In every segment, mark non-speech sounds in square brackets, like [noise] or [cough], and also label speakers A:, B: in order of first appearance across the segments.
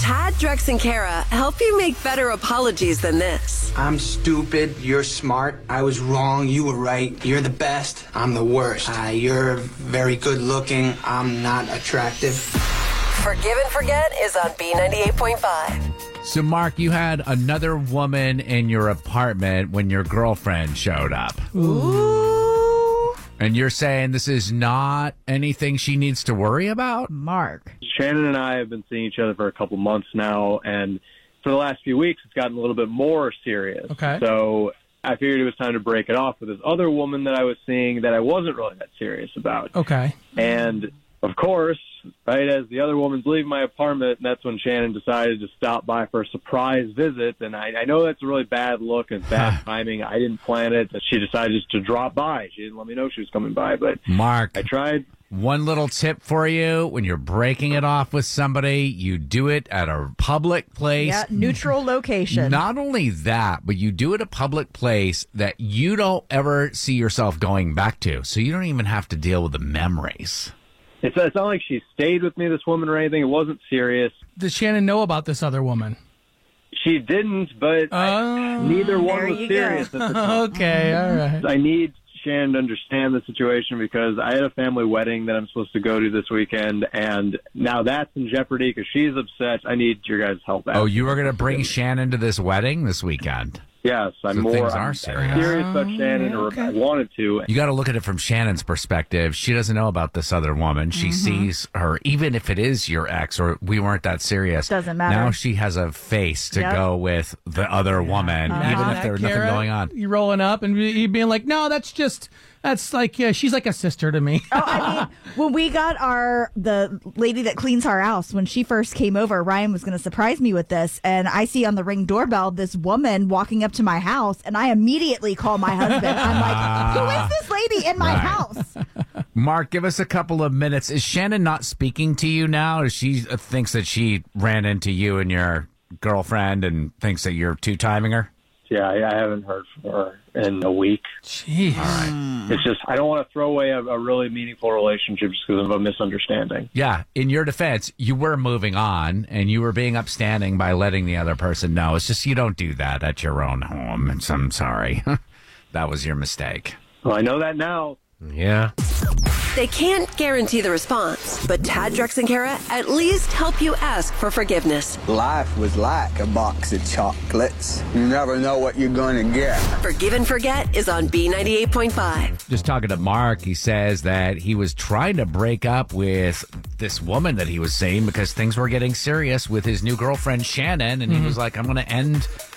A: Tad, Drex, and Kara help you make better apologies than this.
B: I'm stupid. You're smart. I was wrong. You were right. You're the best. I'm the worst. Uh, you're very good looking. I'm not attractive.
A: Forgive and Forget is on B98.5.
C: So, Mark, you had another woman in your apartment when your girlfriend showed up.
D: Ooh.
C: And you're saying this is not anything she needs to worry about?
D: Mark.
E: Shannon and I have been seeing each other for a couple months now, and for the last few weeks, it's gotten a little bit more serious.
C: Okay.
E: So I figured it was time to break it off with this other woman that I was seeing that I wasn't really that serious about.
F: Okay.
E: And of course, right as the other woman's leaving my apartment, that's when Shannon decided to stop by for a surprise visit. And I, I know that's a really bad look and bad timing. I didn't plan it. That she decided just to drop by. She didn't let me know she was coming by, but
C: Mark,
E: I tried.
C: one little tip for you when you're breaking it off with somebody, you do it at a public place.
D: Yeah, neutral location.
C: Not only that, but you do it a public place that you don't ever see yourself going back to. So you don't even have to deal with the memories.
E: It's, it's not like she stayed with me, this woman, or anything. It wasn't serious.
F: Does Shannon know about this other woman?
E: She didn't, but I,
C: Oh.
E: neither
D: Oh, there
E: one was
D: you
E: serious. at
D: [laughs]
E: the time.
F: [laughs] Okay, all right.
E: I need Shannon to understand the situation because I had a family wedding that I'm supposed to go to this weekend, and now that's in jeopardy because she's upset. I need your guys' help.
C: Oh, you are going to bring Shannon to this wedding this weekend.
E: yes, I'm
C: So
E: more
C: things are
E: I'm
C: serious.
D: Oh,
E: about Shannon, or I wanted to.
C: You got to look at it from Shannon's perspective. She doesn't know about this other woman. She
D: Mm-hmm.
C: sees her, even if it is your ex or we weren't that serious.
D: Doesn't matter.
C: Now she has a face to
D: Yep. Uh-huh.
C: go with the other woman, even if there was nothing
F: Kara,
C: going on.
F: You rolling up and you being like, no, that's just, that's like, yeah, she's like a sister to me. [laughs]
D: Oh, I
G: [laughs]
D: mean, when we got our the lady that cleans our house when she first came over, Ryan was going to surprise me with this, and I see on the ring doorbell this woman walking up to my house, and I immediately call my husband. I'm
G: Ah.
D: like, "Who is this lady in my
C: Right.
D: house?"
C: Mark, give us a couple of minutes. Is Shannon not speaking to you now? Or she uh, thinks that she ran into you and your girlfriend and thinks that you're two timing her?
E: Yeah, I, I haven't heard from her in a week.
F: Jeez.
E: It's just I don't want to throw away a, a really meaningful relationship just because of a misunderstanding.
C: Yeah, in your defense, you were moving on and you were being upstanding by letting the other person know. It's just you don't do that at your own home. It's, I'm sorry. [laughs] that was your mistake.
E: Well, Oh, I know that now.
C: Yeah.
A: They can't guarantee the response, but Tad, Drex, and Kara at least help you ask for forgiveness.
B: Life was like a box of chocolates. You never know what you're gonna get.
A: Forgive and Forget is on B98.5.
C: Just talking to Mark, he says that he was trying to break up with this woman that he was seeing because things were getting serious with his new girlfriend, Shannon. And he was like, I'm going to end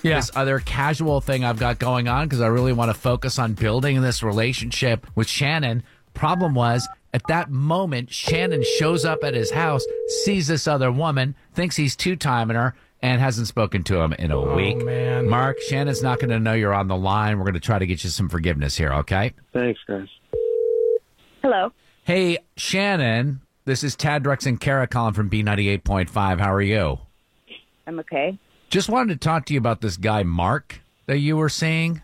F: Mm-hmm. Yeah.
C: this other casual thing I've got going on because I really want to focus on building this relationship with Shannon. Problem was, at that moment, Shannon shows up at his house, sees this other woman, thinks he's two timing her, and hasn't spoken to him in a week.
F: Oh, man.
C: Mark, Shannon's not going to know you're on the line. We're going to try to get you some forgiveness here, okay?
E: Thanks, guys.
G: Hello.
C: Hey, Shannon, this is Tad Drex and Kara calling from B98.5. How are you?
G: I'm okay.
C: Just wanted to talk to you about this guy, Mark, that you were seeing.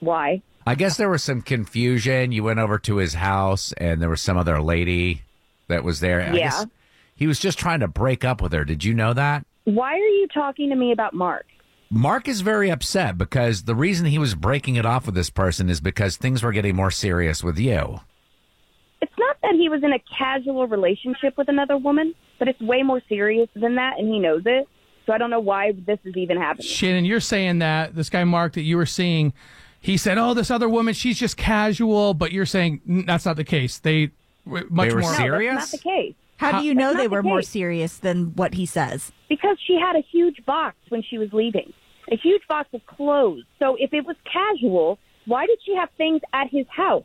G: Why?
C: I guess there was some confusion. You went over to his house and there was some other lady that was there. I
G: Yeah.
C: guess he was just trying to break up with her. Did you know that?
G: Why are you talking to me about Mark?
C: Mark is very upset because the reason he was breaking it off with this person is because things were getting more serious with you.
G: It's not that he was in a casual relationship with another woman, but it's way more serious than that, and he knows it. So I don't know why this is even happening.
F: Shannon, you're saying that this guy, Mark, that you were seeing, he said, oh, this other woman, she's just casual, but you're saying "N- that's not the case. They, w- much
C: They were
F: more.
G: No,
C: Serious?
G: That's not the case.
D: How do you know
G: not
D: they
G: the
D: were more
G: case.
D: serious than what he says?
G: Because she had a huge box when she was leaving, a huge box of clothes. So if it was casual, why did she have things at his house?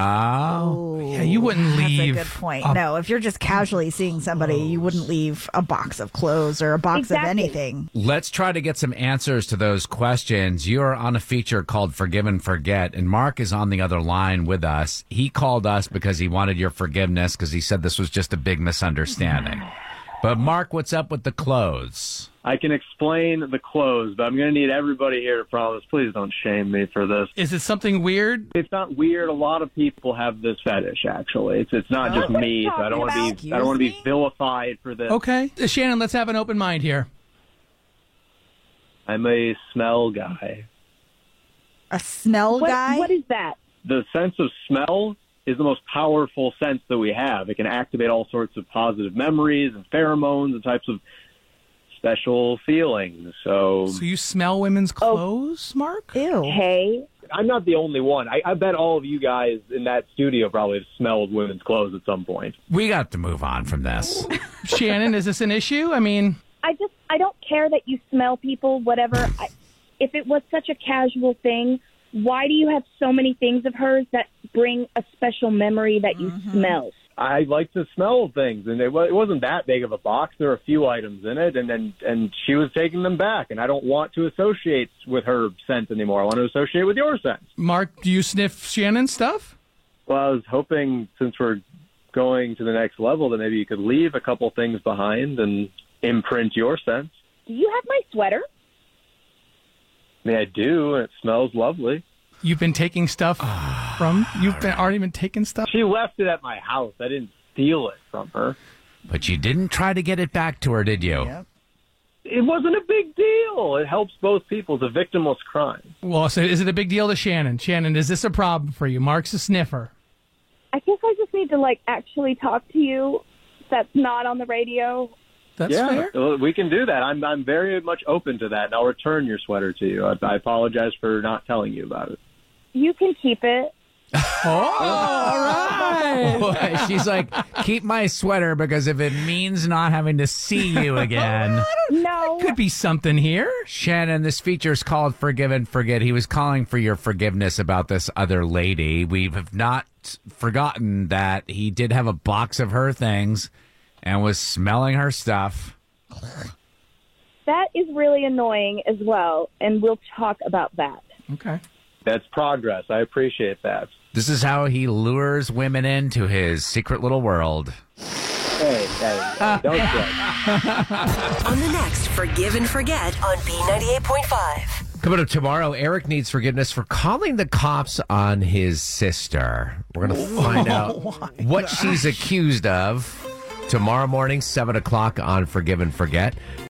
C: Oh.
F: Yeah, you wouldn't
D: That's
F: leave.
D: a good point.
F: a-
D: no, if you're just casually seeing somebody, you wouldn't leave a box of clothes or a box
G: Exactly.
D: of anything.
C: Let's try to get some answers to those questions. You are on a feature called Forgive and Forget, and Mark is on the other line with us. He called us because he wanted your forgiveness because he said this was just a big misunderstanding. But, Mark, what's up with the clothes?
E: I can explain the clothes, but I'm going to need everybody here to promise. Please don't shame me for this.
F: Is it something weird?
E: It's not weird. A lot of people have this fetish. Actually, it's it's not just
D: What are
E: me.
D: you
E: So I don't want to
D: talking
E: be I don't want to
D: about?
E: be vilified for this.
F: Okay. Uh, Shannon, let's have an open mind here.
E: I'm a smell guy.
D: A smell
G: What,
D: guy?
G: what is that?
E: The sense of smell is the most powerful sense that we have. It can activate all sorts of positive memories and pheromones and types of special feelings. So,
F: So you smell
C: Oh.
F: women's clothes, Mark?
D: Ew.
G: Okay.
E: I'm not the only one. I, I bet all of you guys in that studio probably have smelled women's clothes at some point.
C: We got to move on from this.
F: Shannon, is this an issue? I mean,
G: I just I don't care that you smell people, whatever. I, if it was such a casual thing, why do you have so many things of hers that bring a special memory that you smell?
E: I like to smell things, and it, wa- it wasn't that big of a box. There were a few items in it, and and and she was taking them back. And I don't want to associate with her scent anymore. I want to associate with your scent.
F: Mark, do you sniff Shannon's stuff?
E: Well, I was hoping since we're going to the next level that maybe you could leave a couple things behind and imprint your scent.
G: Do you have my sweater?
E: I mean, I do, and it smells lovely.
F: You've been taking stuff from you've been already been taking stuff?
E: She left it at my house. I didn't steal it from her.
C: But you didn't try to get it back to her, did you?
E: It wasn't a big deal. It helps both people. It's a victimless crime.
F: Well, so is it a big deal to Shannon? Shannon, is this a problem for you? Mark's a sniffer.
G: I guess I just need to like actually talk to you. That's not on the radio.
F: That's fair.
E: Well, uh, we can do that. I'm I'm very much open to that, and I'll return your sweater to you. I, I apologize for not telling you about it.
G: You can keep it.
C: Boy, [laughs] she's like, keep my sweater because if it means not having to see you again.
G: No.
F: [laughs] Could be something here.
C: Shannon, this feature is called Forgive and Forget. He was calling for your forgiveness about this other lady. We have not forgotten that he did have a box of her things and was smelling her stuff.
G: That is really annoying as well, and we'll talk about that.
F: Okay.
E: That's progress. I appreciate that.
C: This is how he lures women into his secret little world.
E: Hey,
F: [laughs]
E: hey, don't judge.
A: On the next Forgive and Forget on B98.5.
H: Coming up tomorrow, Eric needs forgiveness for calling the cops on his sister. We're going to find out what she's accused of tomorrow morning, 7 o'clock on Forgive and Forget.